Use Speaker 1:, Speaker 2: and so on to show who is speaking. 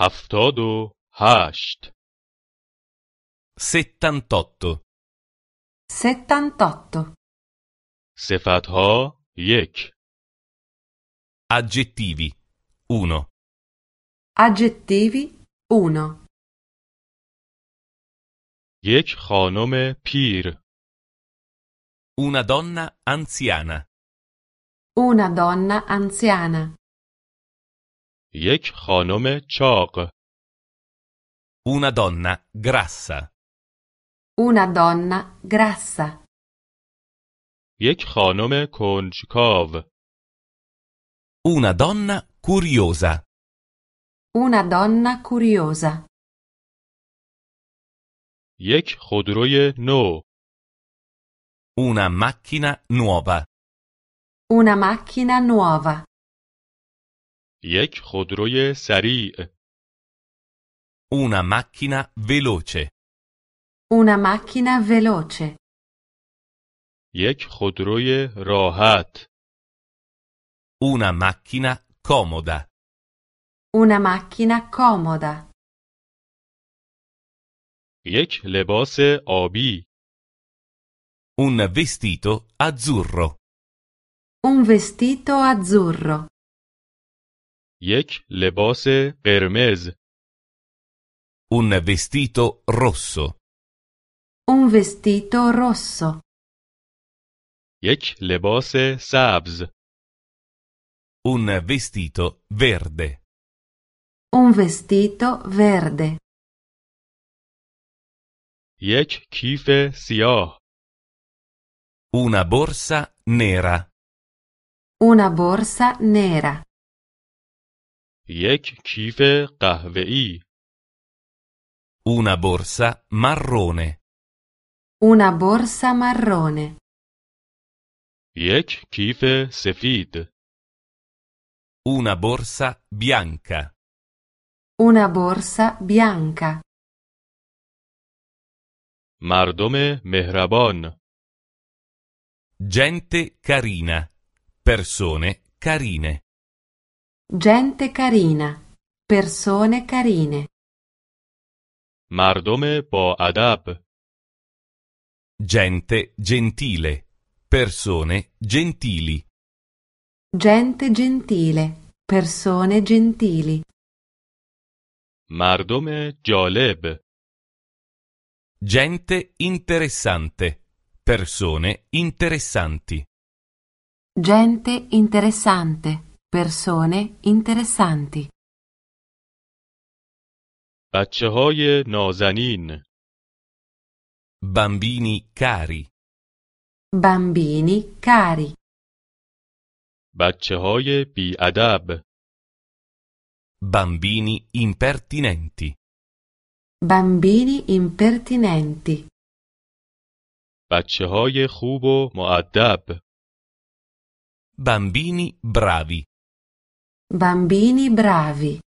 Speaker 1: هفتاد و هشت
Speaker 2: 78.
Speaker 3: 78.
Speaker 1: صفتها یک
Speaker 2: Aggettivi. 1,
Speaker 3: Aggettivi 1.
Speaker 1: یک خانم پیر
Speaker 2: una donna anziana,
Speaker 3: Una donna anziana.
Speaker 1: یک خانم چاق
Speaker 2: una donna grassa,
Speaker 3: Una donna grassa.
Speaker 1: یک خانم کنجکاو
Speaker 2: una donna curiosa,
Speaker 3: Una donna curiosa.
Speaker 1: یک خودروی نو
Speaker 2: una macchina nuova,
Speaker 3: Una macchina nuova.
Speaker 1: یک خودروی سریع
Speaker 2: una macchina veloce,
Speaker 3: Una macchina veloce.
Speaker 1: یک خودروی راحت
Speaker 2: una macchina comoda,
Speaker 3: Una macchina comoda.
Speaker 1: یک لباس آبی
Speaker 2: un vestito azzurro,
Speaker 3: Un vestito azzurro.
Speaker 1: یک لباس قرمز
Speaker 2: un vestito rosso,
Speaker 3: Un vestito rosso.
Speaker 1: یک لباس سبز
Speaker 2: un vestito verde,
Speaker 3: Un vestito verde.
Speaker 1: یک کیف سیاه
Speaker 2: una borsa nera,
Speaker 3: Una borsa nera.
Speaker 1: یک کیف قهوه‌ای
Speaker 2: una borsa marrone,
Speaker 3: Una borsa marrone.
Speaker 1: یک کیف سفید
Speaker 2: una borsa bianca,
Speaker 3: Una borsa bianca.
Speaker 1: مردم مهربان
Speaker 2: gente carina, persone carine.
Speaker 3: Gente carina. Persone carine.
Speaker 1: مردم با ادب
Speaker 2: Gente gentile, persone gentili,
Speaker 3: Gente gentile, persone gentili,
Speaker 1: مردم جالب
Speaker 2: gente interessante, persone interessanti,
Speaker 3: gente interessante, persone interessanti,
Speaker 1: بچه های نازنین
Speaker 2: bambini cari,
Speaker 3: bambini cari,
Speaker 1: بچه های بی ادب
Speaker 2: bambini impertinenti,
Speaker 3: bambini impertinenti,
Speaker 1: بچه های خوب و معدب
Speaker 2: bambini bravi.
Speaker 3: bambini bravi.